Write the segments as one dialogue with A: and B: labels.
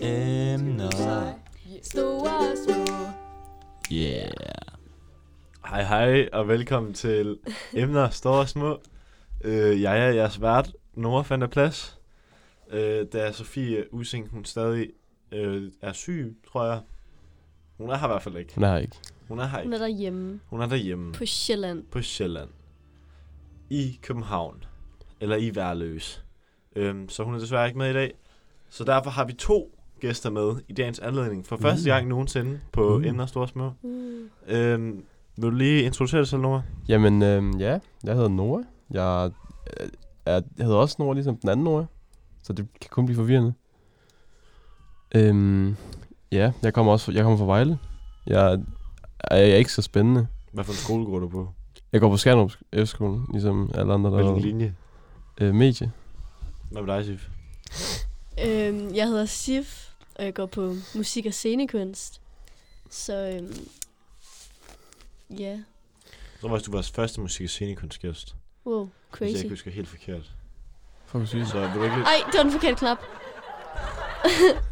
A: Emner.
B: Store og små.
A: Yeah.
C: Hej hej, og velkommen til Emner Store og Små. Øh, jeg er jeres vært, Nora fandt af plads. Øh, da Sofie Using, hun stadig øh, er syg, tror jeg. Hun er her i hvert fald ikke.
D: Hun er her ikke.
C: Hun er her
B: Hun
C: ikke.
B: er derhjemme
C: Hun er derhjemme
B: på Sjælland.
C: på Sjælland. I København. Eller i Værløs. Øhm, så hun er desværre ikke med i dag. Så derfor har vi to gæster med i dagens anledning. For første
D: Mm.
C: gang nogensinde på
D: Mm.
C: Emner Store og Små.
B: Mm.
C: Øhm, vil du lige introducere dig selv, Nora?
D: Jamen, øh, ja, jeg hedder Nora. Jeg, øh, er, jeg hedder også Nora, ligesom den anden Nora. Så det kan kun blive forvirrende. Øhm, ja, jeg kommer også fra, jeg kommer fra Vejle. Jeg, er- jeg er ikke så spændende.
C: Hvad for en skole går du på?
D: Jeg går på Skanderup F-skolen, ligesom alle andre, der
C: Hvilken linje?
D: øh, medie.
C: Hvad med dig, Sif?
B: Øhm, jeg hedder Sif, og jeg går på musik og scenekunst. Så øhm, ja,
C: Jeg tror faktisk, du var vores første musik- og scenekunstgæst.
B: wow,
C: Hvis jeg
B: crazy.
C: ikke husker helt forkert.
D: Fuck, sygt.
C: Så vil du ikke lige...
B: Ej, det var den forkerte knap.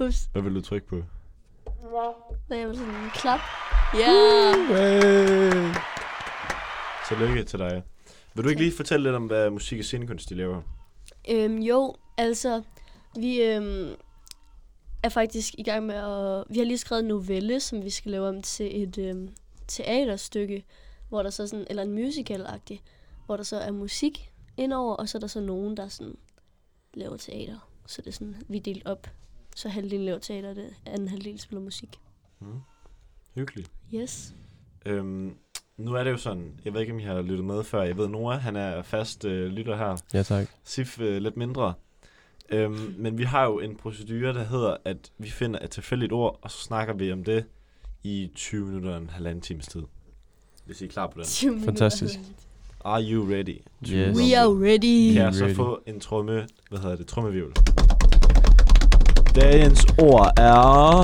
B: Ups,
C: Hvad vil du trykke på?
B: nej, jeg var sådan en klap. Uh. Ja, yeah.
D: Hey.
C: Tillykke til dig. Vil du ikke lige fortælle lidt om, hvad musik- og scenekunst de laver?
B: øhm, jo, altså, vi øhm, er faktisk i gang med at... Vi har lige skrevet en novelle, som vi skal lave om til et øhm, teaterstykke, hvor der så sådan, eller en musical-agtig, hvor der så er musik indover, og så er der så nogen, der sådan laver teater. Så det er sådan, vi er delt op. Så halvdelen laver teater, og det anden halvdel spiller musik.
C: Mm. Hyggeligt.
B: Yes.
C: Øhm, nu er det jo sådan, jeg ved ikke, om I har lyttet med før. Jeg ved, Nora, han er fast øh, lytter her.
D: Ja, tak.
C: Sif øh, lidt mindre. Øhm, men vi har jo en procedure, der hedder, at vi finder et tilfældigt ord, og så snakker vi om det i 20 minutter og en halvanden times tid. Hvis I er klar på den.
D: Fantastisk.
C: Are you ready?
D: Yes.
B: We are ready.
C: Kan
D: Yeah.
C: jeg så
D: ready.
C: få en tromme, hvad hedder det, trommevivl? Dagens ord er...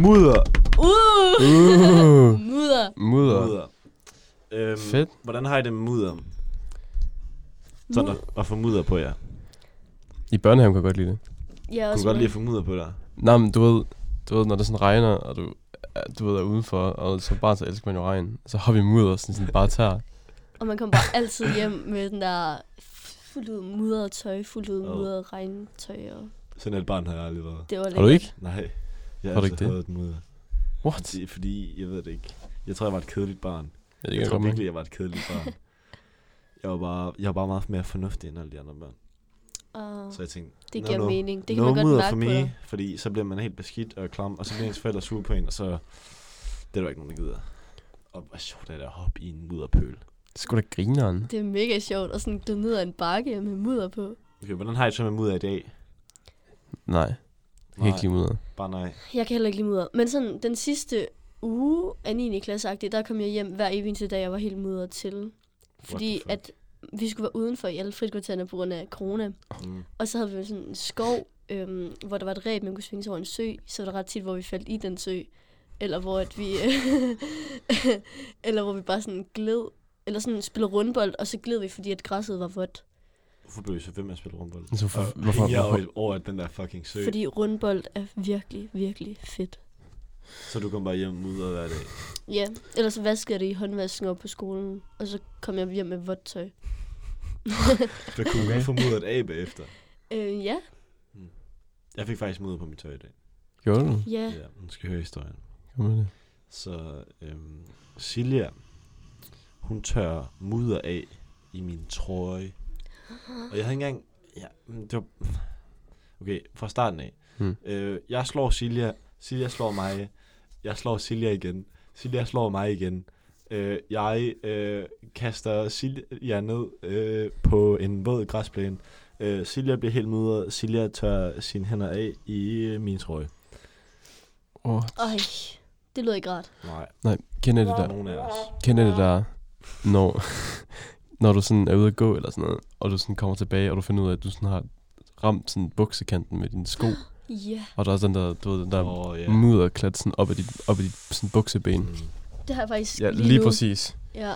C: Mudder.
B: Uh!
D: Uh,
B: Mudder.
D: mudder.
C: mudder. Øhm,
D: Fedt.
C: Hvordan har I det med mudder? Sådan at, at få mudder på jer.
D: I børnehaven kan jeg godt lide det.
B: Jeg er
C: Kunne
B: også
C: godt
B: med.
C: lide at få mudder på dig.
D: Nej, men du ved, du ved, når det sådan regner, og du, er- du ved, er udenfor, og som barn, så elsker man jo regn. Så har vi mudder, sådan, sådan bare tager.
B: Og man kommer bare altid hjem med den der fuldt ud mudret tøj, fuldt ud
C: Ad.
B: mudret regntøj. Og
C: Sådan et barn har jeg aldrig været.
B: det var
D: Har du ikke?
C: Nej. Jeg
D: Har du
C: altid
D: ikke det?
C: hadet mudder.
D: What?
C: Det er fordi, jeg ved det ikke. Jeg tror, jeg var et kedeligt barn.
D: Ja, det
C: Jeg
D: kan
C: tror
D: jeg
C: virkelig,
D: godt
C: jeg var et kedeligt barn. Jeg var, bare, jeg var bare meget mere fornuftig end alle de andre børn.
B: Uh,
C: Så jeg tænkte,
B: det
C: no,
B: giver
C: no.
B: mening. Det kan
C: no
B: man godt
C: mudder
B: mærke
C: for
B: på
C: mig,
B: dig.
C: fordi så bliver man helt beskidt og klam, og så bliver ens forældre sure på en, og så det er der ikke nogen, der gider. Og hvor sjovt er det at hoppe i en mudderpøl.
D: Det skulle da grineren.
B: Det er mega sjovt at sådan gå ned ad en bakke med mudder på.
C: Okay, hvordan har I så med mudder i dag?
D: Nej,
C: Nej,
D: ikke lige mudder.
C: Bare nej.
B: Jeg kan heller ikke lide mudder. Men sådan den sidste uge af 9. klasse der kom jeg hjem hver evig eneste dag, jeg var helt mudret til. Fordi
C: fuck?
B: at vi skulle være udenfor i alle frikvartererne på grund af corona.
C: Mm.
B: Og så havde vi sådan en skov, øhm, hvor der var et ræb, man kunne svinge sig over en sø. Så var der ret tit, hvor vi faldt i den sø. Eller hvor at vi... eller hvor vi bare sådan gled. Eller sådan spillede rundbold, og så gled vi, fordi at græsset var vådt.
C: Hvorfor blev I så ved med at spille rundbold?
D: Så for,
C: Og
D: hvorfor,
C: jeg
D: hvorfor?
C: over, over den der fucking sø. Fordi...
B: Fordi rundbold er virkelig, virkelig fedt.
C: Så du kom bare hjem mudder hver dag.
B: Ja, ellers så vaskede jeg det i håndvasken op på skolen, og så kom jeg hjem med vådt tøj.
C: For kunne okay. få mudderet af bagefter.
B: Øh, ja,
C: Jeg fik faktisk mudder på mit tøj i dag.
D: Gjorde du?
B: ja.
C: Ja, nu skal I høre historien.
D: Kom med det.
C: Så øhm, Silja, hun tør mudder af i min trøje. Og jeg havde ikke engang... Ja, men det var, okay, fra starten af.
D: Mm.
C: Øh, jeg slår Silja, Silja slår mig, jeg slår Silja igen, Silja slår mig igen. Øh, jeg øh, kaster Silja ned øh, på en våd græsplæne. Øh, Silja bliver helt mudret, Silja tør sine hænder af i øh, min trøje.
D: Åh,
B: Ej, det lød ikke rart.
C: Nej,
D: nej, kender det
C: der
D: der?
C: er nogen af os.
D: Kender det der, når, når du sådan er ude at gå eller sådan noget, og du sådan kommer tilbage, og du finder ud af, at du sådan har ramt sådan buksekanten med dine sko,
B: Ja,
D: og der er sådan der, du ved, den der oh,
C: Åh, ja.
D: yeah. mudderklat sådan op ad dit, op ad dit sådan bukseben.
C: Mm.
B: det har jeg faktisk
D: Ja,
B: lige,
D: lige
B: nu.
D: præcis.
B: Ja,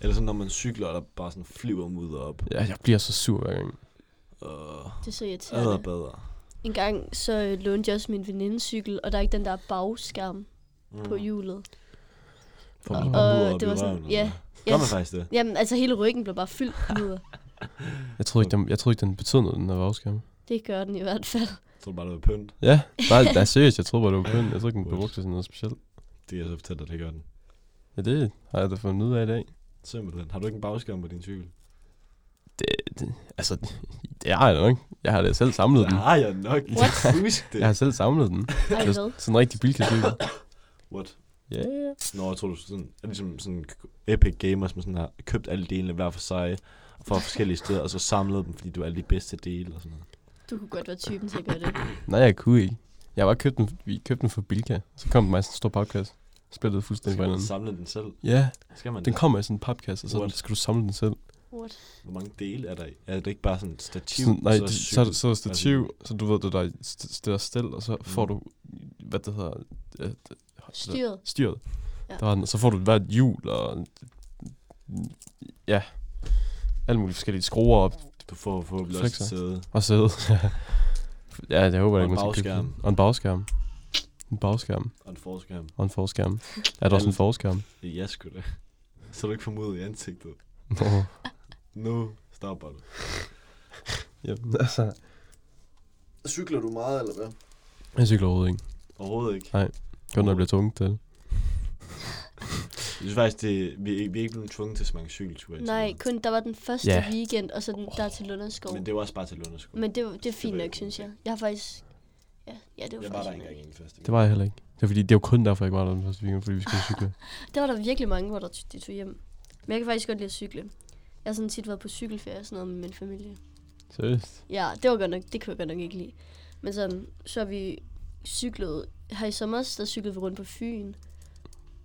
C: Eller sådan, når man cykler, og der bare sådan flyver mudder op.
D: Ja, jeg bliver så sur hver gang.
C: Og
B: det er så irriterende.
C: adder bedre.
B: En gang så øh, lånte jeg også min venindes cykel, og der er ikke den der bagskærm
C: Mm.
B: på hjulet.
C: For
D: Og-
C: man
B: og
C: bare mudder
B: det
C: op i
B: var sådan-
C: røven,
B: ja,
C: eller hvad? Gør
B: yes.
C: man faktisk det?
B: Jamen, altså hele ryggen blev bare fyldt med mudder.
D: Jeg troede ikke, den, jeg troede ikke, den betød noget, den der vagskærm.
B: Det gør den i hvert fald.
C: Jeg tror bare, det var pynt.
D: Ja, nej, nej, seriøst, jeg troede bare, det var pønt. Jeg troede ikke, den blev
C: What?
D: brugt til sådan noget specielt.
C: Det kan jeg så fortælle dig, det gør den.
D: Ja, det har jeg da fundet ud af i dag.
C: Simpelthen. Har du ikke en bagskærm på din cykel?
D: Det, det, altså, det har jeg da nok. Jeg har da selv samlet den.
C: Der har jeg nok.
B: What?
C: Husk det.
D: Jeg har selv samlet den.
B: Ej,
D: Det
B: hvad?
D: er sådan en rigtig bilkassøger.
C: What?
D: Ja, yeah.
C: Nå, jeg tror, du sådan, er ligesom sådan Epic Gamers, som sådan har købt alle delene hver for sig fra forskellige steder, og så samlet dem, fordi du er alle de bedste dele og sådan noget.
B: Du kunne godt være typen til at gøre det.
D: nej, jeg kunne ikke. Jeg har bare købt den, vi købte den fra Bilka. Så kom den med sådan en stor papkasse. Splittede fuldstændig
C: Skal
D: på
C: man
D: hinanden.
C: samle den selv?
D: Ja,
C: Skal man
D: den
C: det?
D: kommer i sådan en papkasse, og så
C: What?
D: skal du samle den selv.
B: What?
C: Hvor mange dele er der i? Er det ikke bare sådan et stativ?
D: Sådan, nej,
C: og
D: det, så,
C: cykel?
D: er det- så er det stativ, så du ved, det der st- der er stil, og så får
C: Altså- Mm.
D: du, hvad det hedder, øh, det- det-
B: Styret.
D: styret.
B: Ja.
D: Der er den, og så får du hvert hjul, og ja, alle mulige forskellige skruer op
C: Du får forhåbentlig også
D: Flexer.
C: et sæde.
D: og sæde. ja, jeg håber,
C: Og
D: jeg
C: en
D: ikke, man skal købe den.
C: bagskærm.
D: Og en bagskærm. En bagskærm.
C: Og en forskærm.
D: Og en forskærm. Er der også en
C: Alle-
D: forskærm?
C: Ja, sgu da. Så er du ikke formodet i ansigtet.
D: Nå,
C: Nu stopper du.
D: jamen, altså.
C: Cykler du meget, eller hvad?
D: Jeg cykler overhovedet ikke.
C: Overhovedet ikke.
D: Kun når jeg bliver tungt til. det.
C: Jeg synes faktisk, det, vi, er ikke- vi er ikke blevet tvunget til så mange cykelture. i
B: Nej,
C: sommer.
B: kun der var den første
D: Ja.
B: yeah. weekend, og så den der til Lunderskov.
C: Men det var også bare til Lunderskov.
B: Men det, var- det er
C: Det
B: fint
C: var
B: nok,
C: ikke
B: synes
C: okay.
B: jeg. Jeg har faktisk... Ja, ja det var
C: jeg var
B: faktisk...
C: der
B: fint
C: engang
B: nok.
C: i den første.
D: Det var jeg heller ikke. Det er fordi, det var kun derfor, jeg ikke var der den første weekend, fordi vi skulle cykle.
B: Der var der virkelig mange, hvor der t- de tog hjem. Men jeg kan faktisk godt lide at cykle. Jeg har sådan tit været på cykelferie og sådan noget med min familie.
D: Seriøst?
B: Ja, det var godt nok, det kunne jeg godt nok ikke lide. Men sådan, så har vi cyklet, her i sommer, der cyklede vi rundt på Fyn.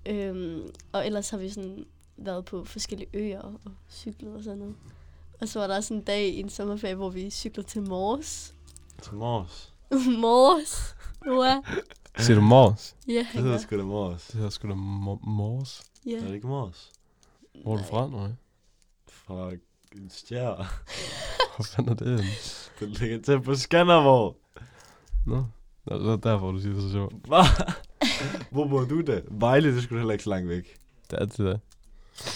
B: Øhm, og ellers har vi sådan været på forskellige øer og cyklet og sådan noget. Og så var der sådan en dag i en sommerferie, hvor vi cyklede til Mors.
C: Til Mors.
B: Mors! Noah!
D: Siger du Mors?
B: Ja,
C: Det
B: han
C: hedder
B: gør.
C: sgu da Mors.
D: Det hedder sgu da Mo- Mors.
B: Ja.
C: Er det ikke Mors?
D: Hvor er du
B: Nej.
D: fra, nu?
C: Fra Stjær.
D: Hvor fanden er det henne?
C: Den ligger tæt på Skanderborg.
D: Nå. Nå, det er derfor, du siger det så sjovt.
C: Hvad? Hvor bor du da? Vejle, det skulle heller ikke så langt væk.
D: Det er det der.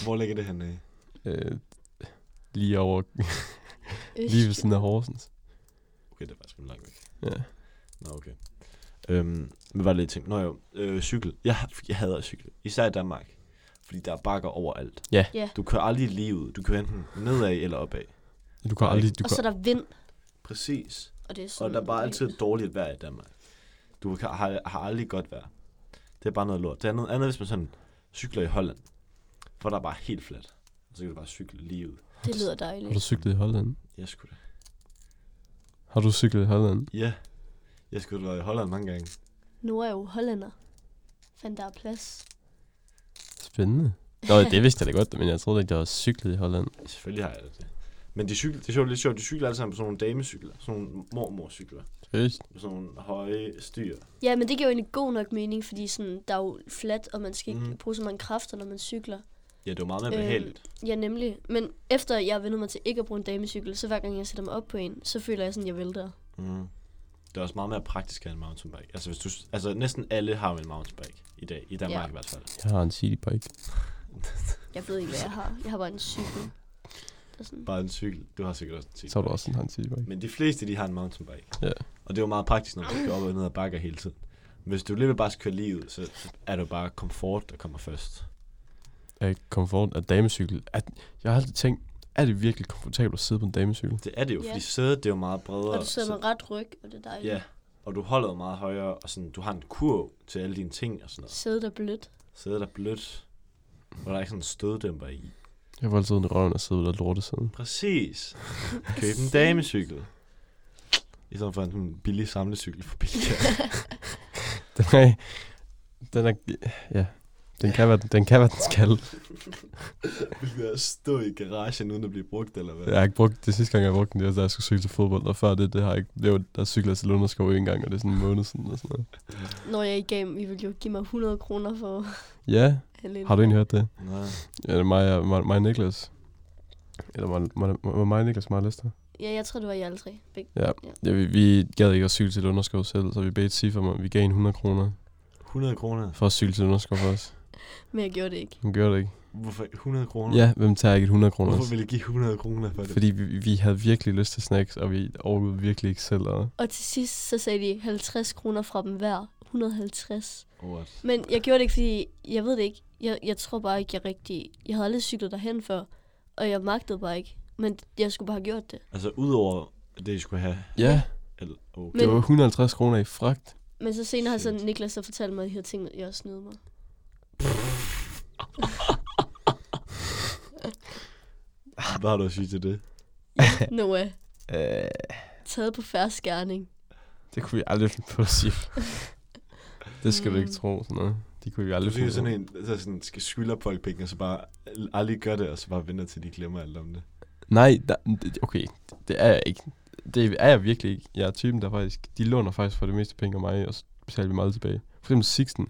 C: Hvor ligger det henne?
D: Øh, lige over,
B: Øst.
D: lige ved siden af Horsens.
C: Okay, det er faktisk rimelig langt væk.
D: Ja.
C: Nå, okay. Øhm, men var det lidt ting? Nå jo, øh, cykel. Jeg, jeg hader at cykle. Især i Danmark. Fordi der er bakker overalt.
D: Ja.
B: Ja.
C: Du kører aldrig lige ud. Du kører enten nedad eller opad.
D: Du kan aldrig, du
B: Og
D: kan,
B: så er der vind,
C: Præcis.
B: og det er sådan...
C: Og der er bare
B: det-
C: altid dårligt vejr i Danmark. Du kan, har, har aldrig godt vejr. Det er bare noget lort. Det er noget andet, hvis man sådan cykler i Holland. For der er bare helt fladt. Og så kan du bare cykle lige ud.
B: Det lyder
D: har du
B: dejligt.
D: cyklet i Holland?
C: Jeg skulle da.
D: Har du cyklet i Holland?
C: Ja. Jeg skulle da være i Holland mange gange.
B: Nu er jeg jo hollænder. Fandt der er plads.
D: Spændende. Nå, det vidste jeg da godt, men jeg troede ikke, der var cyklet i Holland.
C: Selvfølgelig har jeg det. Men de cykler, det er sjovt, lidt sjovt, de cykler alle sammen på sådan nogle damecykler. Sådan nogle mormorcykler.
D: Seriøst?
C: Med sådan nogle høje styr.
B: Ja, men det giver jo egentlig god nok mening, fordi sådan, der er jo fladt, og man skal ikke
C: Mhm.
B: mm. bruge så mange kræfter, når man cykler.
C: Ja, det var meget mere
B: Øhm,
C: behageligt.
B: Ja, nemlig. Men efter jeg vendte mig til ikke at bruge en damecykel, så hver gang jeg sætter mig op på en, så føler jeg sådan, at jeg vælter.
C: Mm. Det er også meget mere praktisk end en mountainbike. Altså, hvis du, altså næsten alle har jo en mountainbike i dag. I Danmark
B: Ja.
C: ja. i hvert fald.
D: Jeg har en citybike.
B: Jeg ved ikke, hvad jeg har. Jeg har bare en cykel. Der er sådan.
C: Bare en cykel. Du har sikkert også en cykel.
D: Så har du også en, har en citybike.
C: Men de fleste, de har en mountainbike.
D: Ja.
C: Og det er jo meget praktisk, når du skal op og ned og bakker hele tiden. Hvis du alligevel bare skal køre lige ud, så er det jo bare komfort, der kommer først.
D: Er komfort af damecykel? Er, jeg har altid tænkt, er det virkelig komfortabelt at sidde på en damecykel?
C: Det er det jo,
B: Ja.
C: fordi sædet det er jo meget bredere.
B: Og du sidder
C: så-
B: med ret ryg, og det er dejligt.
C: Ja, og du holder jo meget højere, og sådan, du har en kurv til alle dine ting og sådan noget.
B: Sædet er blødt.
C: Sædet er blødt, og der er ikke sådan en støddæmper i.
D: Jeg var altid en røven og sidde ved der lortesiden.
C: Præcis. Køb en damecykel. I stedet for en sådan billig samlecykel for billig.
D: Den er, den er, ja, den kan være, den, kan være, den skal.
C: Hvilket er at stå i garagen uden at blive brugt, eller hvad?
D: Jeg har ikke brugt, det sidste gang, jeg brugte den, det var, da jeg skulle cykle til fodbold, og før det, det har jeg ikke, det var, der cyklede jeg til Lunderskov en gang, og det er sådan en måned siden, og sådan noget.
B: Når jeg ikke gav, I ville jo give mig 100 kroner for
D: Ja,
B: halvdelen.
D: har du egentlig hørt det?
C: Nej.
D: Ja, det er mig, og- mig, mig og Niklas. Eller mig, mig, mig, mig og Niklas, mig og Lester.
B: Ja, jeg tror, det var i alle tre. Beg-
D: Ja, vi, vi gad ikke at syle til et underskov selv, så vi bedte Siffer om, at vi gav hende 100 kroner
C: 100 kroner.
D: for at syle til et underskov for os.
B: Men jeg gjorde det ikke.
D: Hun gjorde det ikke.
C: Hvorfor 100 kroner?
D: Ja, hvem tager ikke et 100 kroner?
C: Hvorfor ville jeg give 100 kroner for det?
D: Fordi vi, vi havde virkelig lyst til snacks, og vi overgød virkelig ikke selv. Og
B: Og til sidst, så sagde de 50 kroner fra dem hver. 150.
C: What?
B: Men jeg gjorde det ikke, fordi jeg ved det ikke. Jeg, jeg tror bare ikke, jeg rigtig... Jeg havde aldrig cyklet derhen før, og jeg magtede bare ikke. Men jeg skulle bare have gjort det.
C: Altså, udover det, I skulle have.
D: ja,
C: Eller, oh, okay.
D: det
B: Men-
D: var 150 kroner i fragt.
B: Men så senere har så
C: Shit.
B: Niklas så fortalt mig de her ting, at jeg har snydt mig.
C: Hvad har du at sige til det?
B: Noah,
D: Øh,
B: taget på færre skærning.
D: det kunne vi aldrig finde på at sige. det skal du ikke tro, sådan noget. Det kunne vi aldrig
C: Det er
D: finde på.
C: sådan en, der sådan, skal skylder folk penge, og så bare aldrig gør det, og så bare venter til, de glemmer alt om det.
D: Nej, der, det- okay, det er jeg ikke. Det er jeg virkelig ikke. Jeg er typen, der faktisk, de låner faktisk for det meste penge af mig, og så betaler vi meget tilbage. For eksempel Sixten,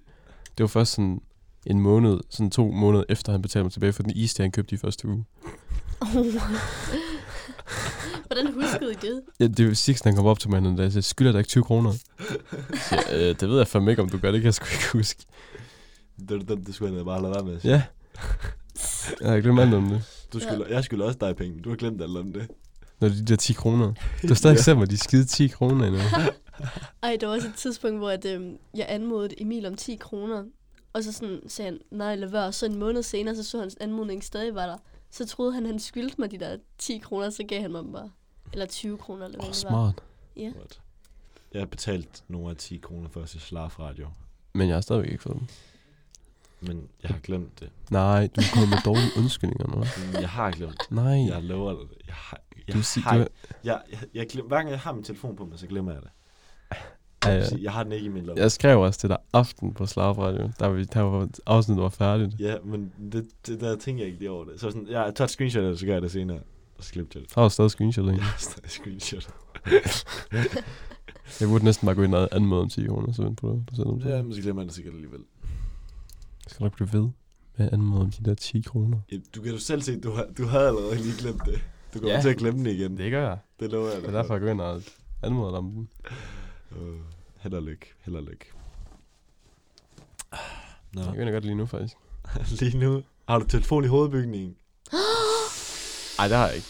D: det var først sådan en måned, sådan to måneder efter, han betalte mig tilbage for den is, der han købte i første uge.
B: Hvordan huskede I det?
D: Ja, det var Sixten, han kom op til mig den dag, og sagde, skylder dig ikke 20 kroner? Så jeg, øh, det ved jeg fandme ikke, om du gør, det kan jeg sgu ikke huske.
C: Det, er det, det skulle jeg da bare lade være med at sige.
D: Ja. Jeg har glemt alt om det.
C: Du skylder, Jeg skylder også dig penge, men du har glemt alt om det.
D: Når de der 10 kroner. Du har stadig
C: Ja.
D: ja. sendt mig de skide 10 kroner endnu.
B: Ej, der var også et tidspunkt, hvor at, øhm, jeg anmodede Emil om 10 kroner. Og så sådan, sagde han, nej, lad være. Og så en måned senere, så så hans anmodning stadig var der. Så troede han, han skyldte mig de der 10 kroner, så gav han mig dem bare. Eller 20 kroner, eller
D: Åh,
B: hvad
D: oh,
B: det var.
D: smart.
B: Ja.
C: What? Jeg har betalt nogle af 10 kroner for at se Slaf Radio,
D: Men jeg har stadigvæk ikke fået dem.
C: men jeg har glemt det.
D: Nej, du er kommet med dårlige undskyldninger nu.
C: Men Jeg har glemt det.
D: Nej.
C: Jeg lover dig det. Jeg har, jeg,
D: Du sig,
C: har,
D: du,
C: jeg, jeg, jeg, glem, hver gang jeg har min telefon på mig, så glemmer jeg det.
D: ja,
C: Jeg, vil
D: ja.
C: sige, jeg har den ikke i min lomme.
D: jeg skrev også til dig aften på Slagradio, da vi, der var afsnittet var færdigt.
C: Ja, men det, det der tænker jeg ikke lige over det. Så sådan, jeg tager et screenshot, og så gør jeg det senere. Og så glemte jeg det.
D: Der var stadig screenshot, ikke?
C: Jeg har stadig screenshot.
D: Jeg burde næsten bare gå ind og anmode om 10 kroner, så vent på det. Du selv om
C: Ja,
D: det.
C: men så glemmer jeg det sikkert alligevel.
D: Skal du ikke blive ved med at anmode om de der 10 kroner?
C: Ja, Du kan jo selv se, du har, du har allerede lige glemt det. Du kommer
D: Ja.
C: til at glemme det igen.
D: Det gør jeg.
C: Det lover jeg
D: Det er derfor, jeg går ind og anmoder dig om den.
C: Uh, held og lykke, held og lykke. Nå,
D: Jeg kan godt lige nu, faktisk.
C: lige nu har du telefon i hovedbygningen.
D: Nej, det har jeg ikke.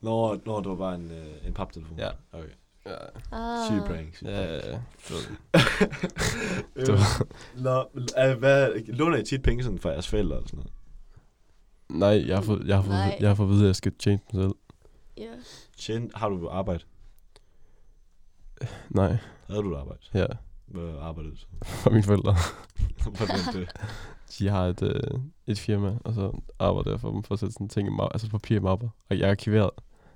C: Nå, nå det var bare en, øh, en paptelefon.
D: Ja.
C: Okay.
D: Ja,
B: Ah.
C: Syge prank. syge
D: ja,
C: prank.
D: ja.
C: Øh, Nå, øh, hvad, låner I tit penge sådan fra jeres forældre eller sådan noget?
D: Nej, jeg har fået, jeg har
B: Nej.
D: fået, jeg har fået at vide, at jeg skal change mig selv.
B: Ja.
C: Tjen, har du arbejde?
D: Nej,
C: Havde du et arbejde?
D: ja.
C: Hvad arbejdede du så?
D: For mine forældre.
C: Hvordan det?
D: de har et, øh, et firma, og så arbejder jeg for dem for at sætte sådan ting i mapper, altså papirmapper. Og jeg er arkiveret,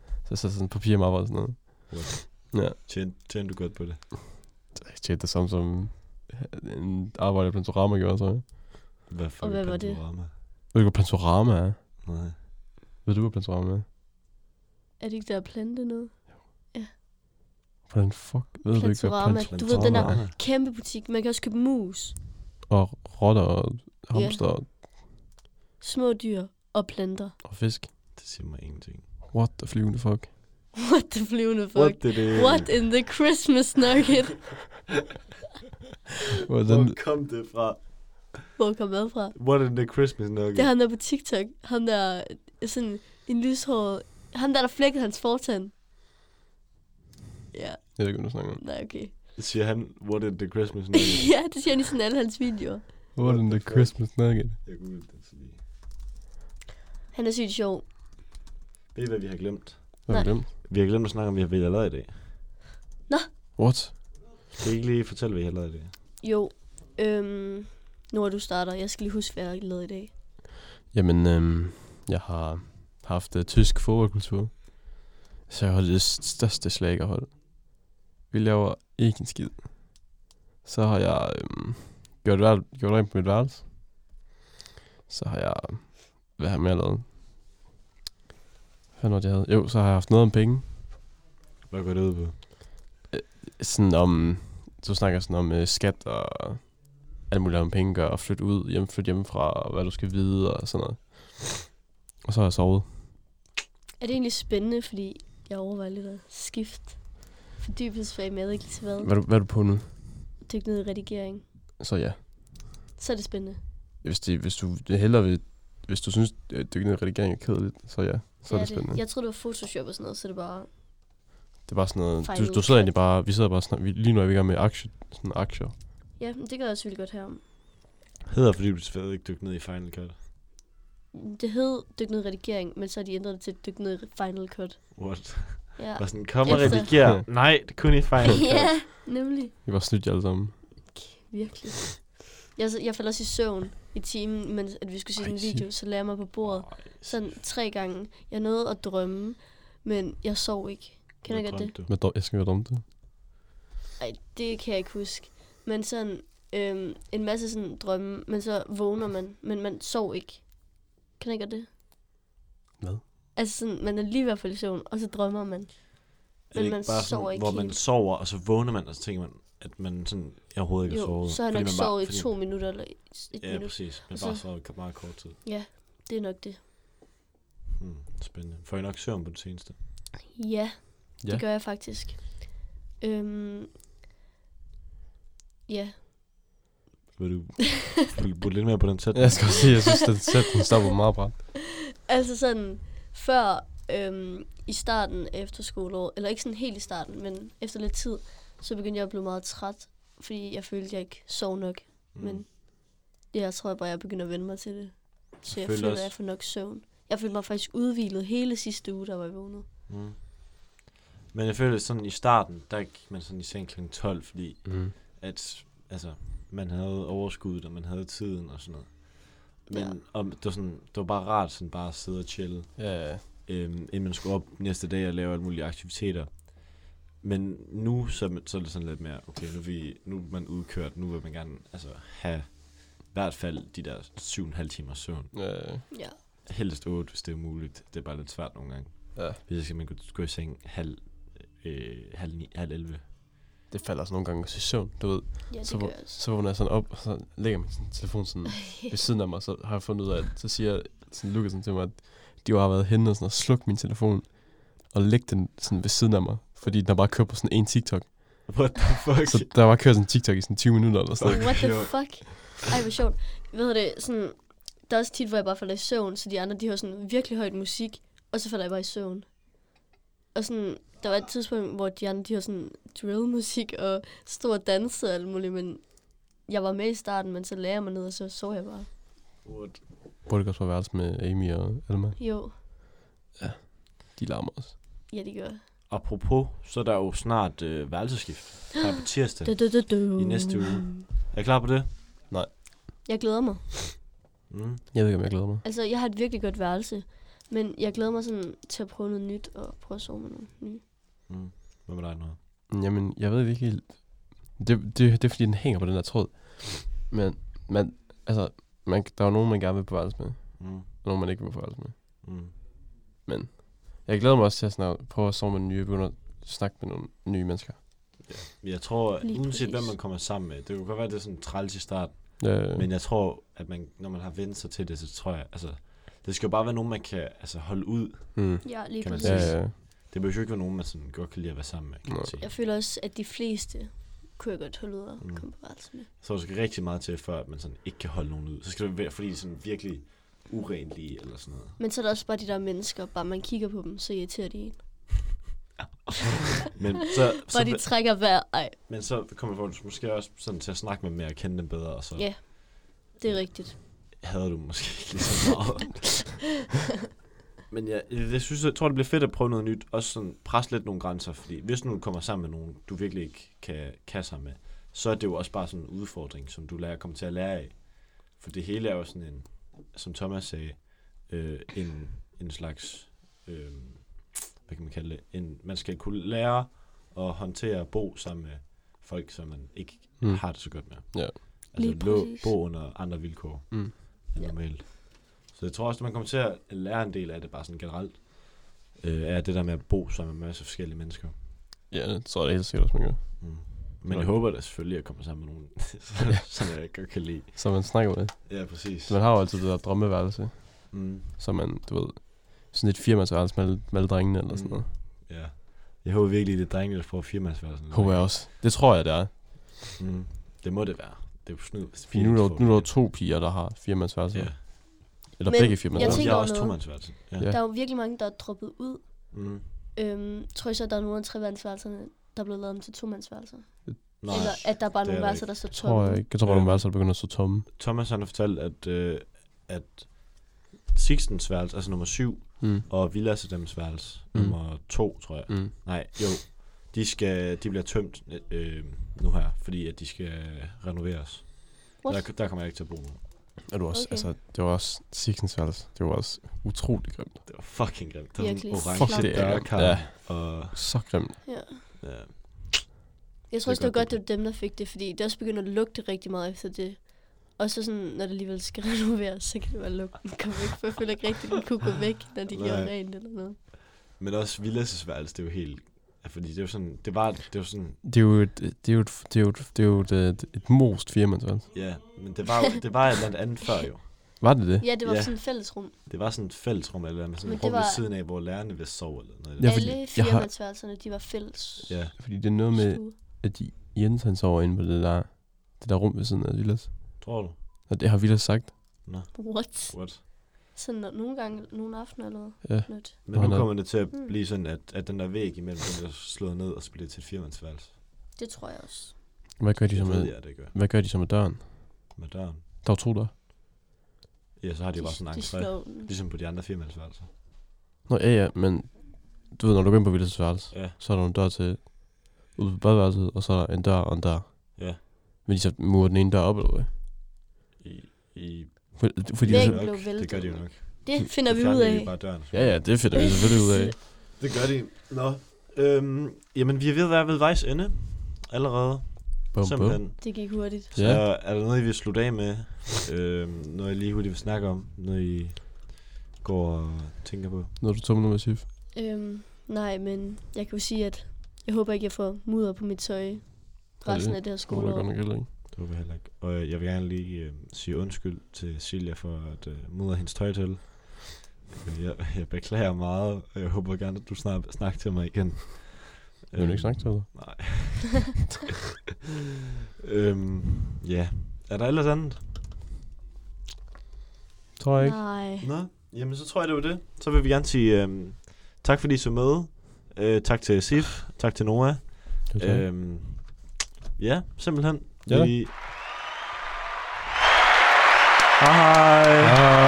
D: så jeg sætter sådan papirmapper og sådan noget. Ja.
C: Tjen, tjen du godt på det?
D: Så jeg tjente det samme som øh, en arbejde i Plantorama gjorde, tror jeg.
C: Hvad fuck
B: Og
C: er
B: hvad var det?
C: Panorama?
D: Ved du, hvad Plantorama er?
C: Nej.
D: Ved du, hvad Plantorama er?
B: Er det ikke der at plante noget?
D: Hvordan fuck ved du ikke, hvad
B: Plantorama.
D: Plantorama
B: Du ved, den
D: er?
B: der kæmpe butik. Man kan også købe mus,
D: Og rotter og hamster yeah.
B: små dyr og planter.
D: og fisk.
C: Det siger mig ingenting.
D: What the flyvende fuck?
B: What the flyvende fuck?
C: What
B: What,
C: did it?
B: What in the Christmas nugget?
D: Hvordan?
C: Hvor kom det fra?
B: Hvor kom mad fra?
C: What in the Christmas nugget?
B: Det er ham der på TikTok. Ham der øh, sådan en lyshåret. Ham der, der flækkede hans fortand. Ja,
D: Jeg ved ikke, hvad du snakker om.
B: nej, okay.
C: Siger han, what in the Christmas nugget?
B: ja, det siger han i sådan alle hans videoer.
D: What
C: the
D: in the
C: fuck?
D: Christmas nugget?
C: Jeg googlede det så lige.
B: Han er sygt sjov.
C: Ved I, hvad vi har glemt?
D: Hvad er
B: Nej.
D: det?
C: Vi har glemt at snakke om, hvad vi har lavet i dag.
D: What?
C: Kan I ikke lige fortælle, hvad I har lavet i dag?
B: Jo, øhm, når du starter. Jeg skal lige huske, hvad jeg lavede i dag.
D: Jamen, øhm, jeg har haft øh, tysk fodboldkultur. Så jeg holdt det st- største slagerhold. Vi laver ikke en skid. Så har jeg øhm, gjort, værel- gjort rent på mit værelse. Så har jeg... Hvad har jeg mere lavet? Hvad var det, jeg havde? Jo, så har jeg haft noget om penge.
C: Hvad går det ud på?
D: Sådan om... Så snakker jeg sådan om øh, skat og alt muligt om penge gør, og flytte ud, hjem, flytte hjemmefra, og hvad du skal vide og sådan noget. Og så har jeg sovet.
B: Er det egentlig spændende, fordi Jeg overvejer lidt at skifte fordybelsesfag, men jeg ved ikke lige til hvad.
D: Hvad er, du, hvad er du på nu?
B: Dykke ned i redigering.
D: Så ja.
B: Så er det spændende.
D: Hvis, det, hvis du det hellere vil, hvis du synes, at dykke ned i redigering er kedeligt, så ja. Så er det spændende.
B: Jeg tror, det var Photoshop og sådan noget, så det bare...
D: Det er bare sådan noget, du,
B: Fejl.
D: du sidder egentlig bare, vi sidder bare sådan, vi, lige nu er vi i gang med aktie, sådan aktier.
B: Ja, men det gør jeg også vildt godt herom.
C: Hedder fordybelsesfaget ikke dykke ned i Final Cut?
B: Det hed dykke ned i redigering, men så har de ændret det til dykke ned i Final Cut.
C: What?
B: Ja,
C: Bare sådan, kom og
B: Efter.
C: rediger. Nej, det kunne i Final Cut.
B: ja nemlig.
D: Vi var snydt alle sammen.
B: Virkelig. Jeg, jeg faldt også i søvn i timen, mens at vi skulle se
D: Ej,
B: en video, så lagde jeg mig på bordet. Sådan tre gange. Jeg nåede at drømme, men jeg sov ikke. Kan jeg
C: Hvad
B: godt det?
C: drømte du?
D: Hvad dog, jeg skal være dumt.
B: Ej, det kan jeg ikke huske. Men sådan øhm, en masse sådan drømme, men så vågner man, men man sov ikke. Kan jeg godt det?
D: Hvad?
B: Altså sådan, man er lige i hvert fald i søvn, og så drømmer man.
C: Er det
B: Men
C: ikke
B: man
C: bare
B: sover
C: sådan,
B: ikke
C: hvor man
B: helt.
C: sover, og så vågner man, og så tænker man, at man sådan, jeg overhovedet ikke har
B: Jo,
C: sovet.
B: så har jeg
C: Fordi
B: nok
C: man bare-
B: sovet i
C: fordi-
B: to minutter eller et ja,
C: Ja,
B: minut.
C: præcis. Men
B: Og
C: bare
B: så-
C: sovet meget kort tid.
B: Det er nok det.
C: Hmm, spændende. Får I nok søvn på det seneste?
B: Ja, det
D: Ja.
B: gør jeg faktisk. Øhm, ja,
C: Vil du, vil du putte lidt mere på den sætning?
D: Jeg skal også sige, jeg synes, den sætning stopper meget bræt.
B: Altså sådan, før øhm, i starten af efterskoleåret, eller ikke sådan helt i starten, men efter lidt tid, så begyndte jeg at blive meget træt, fordi jeg følte, jeg ikke sov nok. Mm. Men ja, jeg tror bare, jeg begynder at vende mig til det. Så jeg
C: Føler
B: føler, at
C: også-
B: jeg får nok søvn. Jeg følte mig faktisk udvilet hele sidste uge, der var jeg vågnet.
C: Mm. Men jeg føler sådan i starten, der gik man sådan i seng kl. 12, fordi
D: Mm.
C: at altså, man havde overskuddet, og man havde tiden og sådan noget. Men ja. og det, var sådan, det var bare rart sådan bare at sidde og chille,
D: Ja, ja.
C: øhm, inden man skulle op næste dag og lave alle mulige aktiviteter. Men nu så, er man- så er det sådan lidt mere, okay, nu er, vi, nu er man udkørt, nu vil man gerne altså, have i hvert fald de der 7,5 timers søvn.
D: ja.
B: Ja.
C: Helst 8, hvis det er muligt. Det er bare lidt svært nogle gange.
D: Ja.
C: Hvis skal man kunne gå i seng halv, øh, halv, ni, halv 11.
D: Det falder også nogle gange også i søvn, du ved.
B: ja, det
D: Så
B: gør
D: hvor-
B: jeg også.
D: Så vågner jeg sådan op, og så lægger min sådan, telefon sådan ved siden af mig, så har jeg fundet ud af, at så siger sådan Lukasen til mig, at de har været henne og sådan, og sluk min telefon, og lægge den sådan ved siden af mig, fordi den har bare kørt på sådan en TikTok.
C: What the fuck?
D: Så der var kørt sådan en TikTok i sådan 20 minutter eller sådan noget.
B: What the
C: sjovt.
B: fuck? Ej, hvor sjovt. Ved du det, sådan, der er også tit, hvor jeg bare falder i søvn, så de andre, de hører sådan virkelig højt musik, og så falder jeg bare i søvn. Og sådan, der var et tidspunkt, hvor de andre, de hører sådan drillmusik og stor danse og alt muligt, men jeg var med i starten, men så lagde jeg mig ned, og så sov jeg bare.
C: What?
D: Burde godt på værelse med Amy og Alma.
B: Jo,
D: De larmer også.
B: ja, det gør jeg.
C: Apropos, så er der jo snart øh, værelsesskift her på tirsdag.
B: Du, du, du, du.
C: I næste uge. Er I klar på det?
B: Jeg glæder mig.
C: Mm.
D: Jeg ved ikke, om jeg glæder mig.
B: Altså, jeg har et virkelig godt værelse, men jeg glæder mig sådan til at prøve noget nyt og prøve at sove med nogle nye.
C: Mm. Hvad med dig noget?
D: Jamen, jeg ved det ikke helt. Det, det, det er fordi, den hænger på den der tråd. Men man, altså, man, der er jo nogen, man gerne vil på værelse med,
C: Mm.
D: og nogen, man ikke vil på værelse med.
C: Mm.
D: Jeg glæder mig også til at sådan, at prøve at sove med nye, begynde at snakke med nogle nye mennesker.
C: Jeg tror, at
B: Lige
C: uanset
B: præcis.
C: hvem man kommer sammen med, det kunne godt være, at det er sådan træls i starten.
D: Øh,
C: Men jeg tror, at man, når man har vendt sig til det, så tror jeg, altså, det skal jo bare være nogen, man kan altså, holde ud.
D: mm,
B: Ja, lige
C: Kan man
B: præcis.
D: ja, ja, ja.
C: Det behøver jo ikke være nogen, man sådan godt kan lide at være sammen med, kan man
D: Nej.
C: sige.
B: Jeg føler også, at de fleste kunne jeg godt holde ud og
C: Mm.
B: mm. komme på værelse med.
C: Så der skal rigtig meget til, før at man sådan ikke kan holde nogen ud. Så skal det være, fordi de er sådan virkelig urenlige eller sådan noget.
B: Men så er der også bare de der mennesker, bare man kigger på dem, så irriterer de en.
C: Men så,
B: Bare
C: så,
B: de trækker hver, ej,
C: men så kommer folk måske også sådan til at snakke med dem mere og kende dem bedre, og så
B: Ja. det er rigtigt.
C: hader du dem måske ikke lige så meget. Men ja, jeg, synes, jeg tror, det bliver fedt at prøve noget nyt. Også sådan presse lidt nogle grænser, fordi hvis nu du kommer sammen med nogen, du virkelig ikke kan kasse med, så er det jo også bare sådan en udfordring, som du lærer kommer til at lære af. For det hele er jo sådan en, som Thomas sagde, øh, en, en slags, øh, hvad kan man kalde det, en, man skal kunne lære at håndtere at bo sammen med folk, som man ikke mm.
D: Mm.
C: har det så godt med.
D: Ja.
C: Altså
B: Lige
C: lå,
B: præcis.
C: bo under andre vilkår
D: Mm.
C: end
B: Ja.
C: normalt. Så jeg tror også, at man kommer til at lære en del af det bare sådan generelt. Øh, er det der med at bo sammen med en masse forskellige mennesker.
D: ja, det tror jeg da helt sikkert også, man gør.
C: Mm. Men
D: Sådan.
C: jeg håber da selvfølgelig, at jeg kommer sammen med nogen, som jeg godt kan lide.
D: Så man snakker med.
C: Ja, præcis.
D: Så man har jo altid det der drømmeværelse,
C: Mm.
D: så man, du ved, sådan et firmasværelse med alle, med alle drengene eller sådan
C: Mm.
D: noget.
C: Ja. Jeg håber virkelig, det er drengene, der får firmandsværelsen.
D: Håber jeg også. Det tror jeg, det er.
C: Mm. Det må det være. Det er jo snyd. hvis
D: Fordi nu er der,
C: firmandsværelsen
D: nu er der jo
C: får
D: to altså. piger, der har firmandsværelser.
C: det.
D: Yeah.
C: Ja.
D: Eller
B: Men
D: begge
B: Jeg
C: Men jeg
D: firmandsværelser.
B: tænker
C: tænker også
B: noget.
C: tomandsværelsen. Ja.
D: Ja.
B: Ja. Der er jo virkelig mange, der er droppet ud.
C: Mm.
B: Øhm, tror I så, at der er nogle af trevandsværelserne, der er blevet lavet om til tomandsværelser?
C: Nej.
B: Eller at der er bare
C: det
B: nogle
C: er der
B: værelser, der står
D: Jeg tror
B: tomme?
D: jeg ikke. Jeg tror bare,
C: Ja.
D: nogle værelser, der begynder at stå tomme.
C: Thomas han har fortalt, at, øh, at Sixtens værelse, altså nummer 7,
D: Mm.
C: og Villas og dems værelse,
D: Mm.
C: mm. nummer 2, tror jeg.
D: Mm.
C: Nej, jo. De, skal, de bliver tømt øh, nu her, fordi at de skal renoveres. Der,
B: What?
C: der kommer jeg ikke til at bo nu.
D: Er du også, okay.
B: Okay.
D: altså, det var også Sixtens værelse. Det var også utrolig grimt.
C: Det var fucking grimt. Der var sådan
B: Virkelig.
C: orange
D: Fuck, det er grimt.
C: dørkarm,
D: Ja,
C: og
D: så grimt.
B: Ja.
C: ja,
B: Jeg tror også,
C: er
B: det var
C: godt,
B: godt, det var dem, der fik det, fordi det også begynder at lugte rigtig meget efter det. Og så sådan, når det alligevel skal renoveres, så kan det være lugten komme væk, for jeg føler ikke rigtigt, at den kunne gå væk, når de
C: Nej.
B: gjorde rent eller noget.
C: Men også Villas' værelse, det er jo helt... ja, Fordi det er jo sådan... Det var, det var sådan...
D: Det er jo et, det er jo et, det er jo et, det er jo et, et, et most firmandsværelse.
C: Ja, men det var, jo- det var et eller andet andet før jo.
D: Var det det?
B: Ja, det var
C: Ja.
B: sådan et fællesrum.
C: Det var sådan et fællesrum eller andet, med sådan
B: Men
C: et
B: det
C: rum var... ved
B: var-
C: siden af, hvor lærerne ville sove eller noget.
D: Ja,
B: Ja,
D: fordi
B: Alle
D: jeg har-
B: firmandsværelserne, de var fælles.
C: Ja,
D: Fordi det er noget med,
B: stue.
D: at I- Jens han sover inde på det der, det der rum ved siden af Villas.
C: tror du?
D: Og det har Villas sagt.
C: Nå,
B: What?
C: what?
B: Sådan no- nogle gange, nogle aftener eller noget.
D: Ja.
B: Nyt.
C: Men
D: Nå,
C: nu
D: nå.
C: kommer det til at
B: Mm.
C: blive sådan, at, at den der væg imellem, den bliver slået ned og så bliver det til et firmandsværelse.
B: Det tror jeg også.
D: Hvad gør de så
C: Det ved
D: med,
C: jeg, det gør.
D: hvad gør de så med døren?
C: Med døren.
D: Der er jo to der.
C: Ja, så har de jo bare sådan en
B: de
C: angst
B: slår
C: Ligesom på de andre firmandsværelser.
D: Nå ja, ja, men du ved, når du går ind på Villas værelse,
C: Ja,
D: så er der en dør til ude på badeværelset, og så er der en dør og en dør.
C: ja.
D: Vil de så mure den ene dør op, eller hvad?
C: I, i
D: For, fordi det er
B: Væggen
D: så,
B: blev
C: nok, det gør de jo
B: væltet.
C: nok.
B: Det finder
C: Så
B: vi
C: fjerner
B: ud
C: de
B: af.
C: bare døren.
D: ja, ja, det finder vi selvfølgelig ud af.
C: Det gør de. Nå. Øhm, jamen, vi er ved at være ved vejs ende allerede.
D: Bum, bum.
C: Simpelthen.
B: Det gik hurtigt.
C: Så
D: Ja.
C: er der noget, I vil slutte af med? øhm, noget, I lige hurtigt vil snakke om? Noget, I går og tænker på?
D: Når du tumler med Sif.
B: Øhm, nej, men jeg kan jo sige, at jeg håber ikke, jeg får mudder på mit tøj resten
D: det?
B: af det her
D: Skulle du godt
B: skoleår.
D: nok heller ikke.
C: Det håber jeg heller ikke. Og øh, jeg vil gerne lige øh, sige undskyld til Silja for at øh, mudre hendes tøj til. Øh, Jeg, jeg beklager meget, og jeg håber gerne, at du snart snakker til mig igen. Øh.
D: Vil du ikke snakke til dig?
C: Nej. øhm, ja. Er der ellers andet?
D: Tror jeg ikke.
B: Nej.
C: Nå, jamen så tror jeg, det var det. Så vil vi gerne sige øhm, tak, fordi I så med. Øh, tak til Sif. Tak til Noah.
D: Det er
C: Øhm, ja, simpelthen.
D: Ja.
C: Vi... Hej hej.
D: så.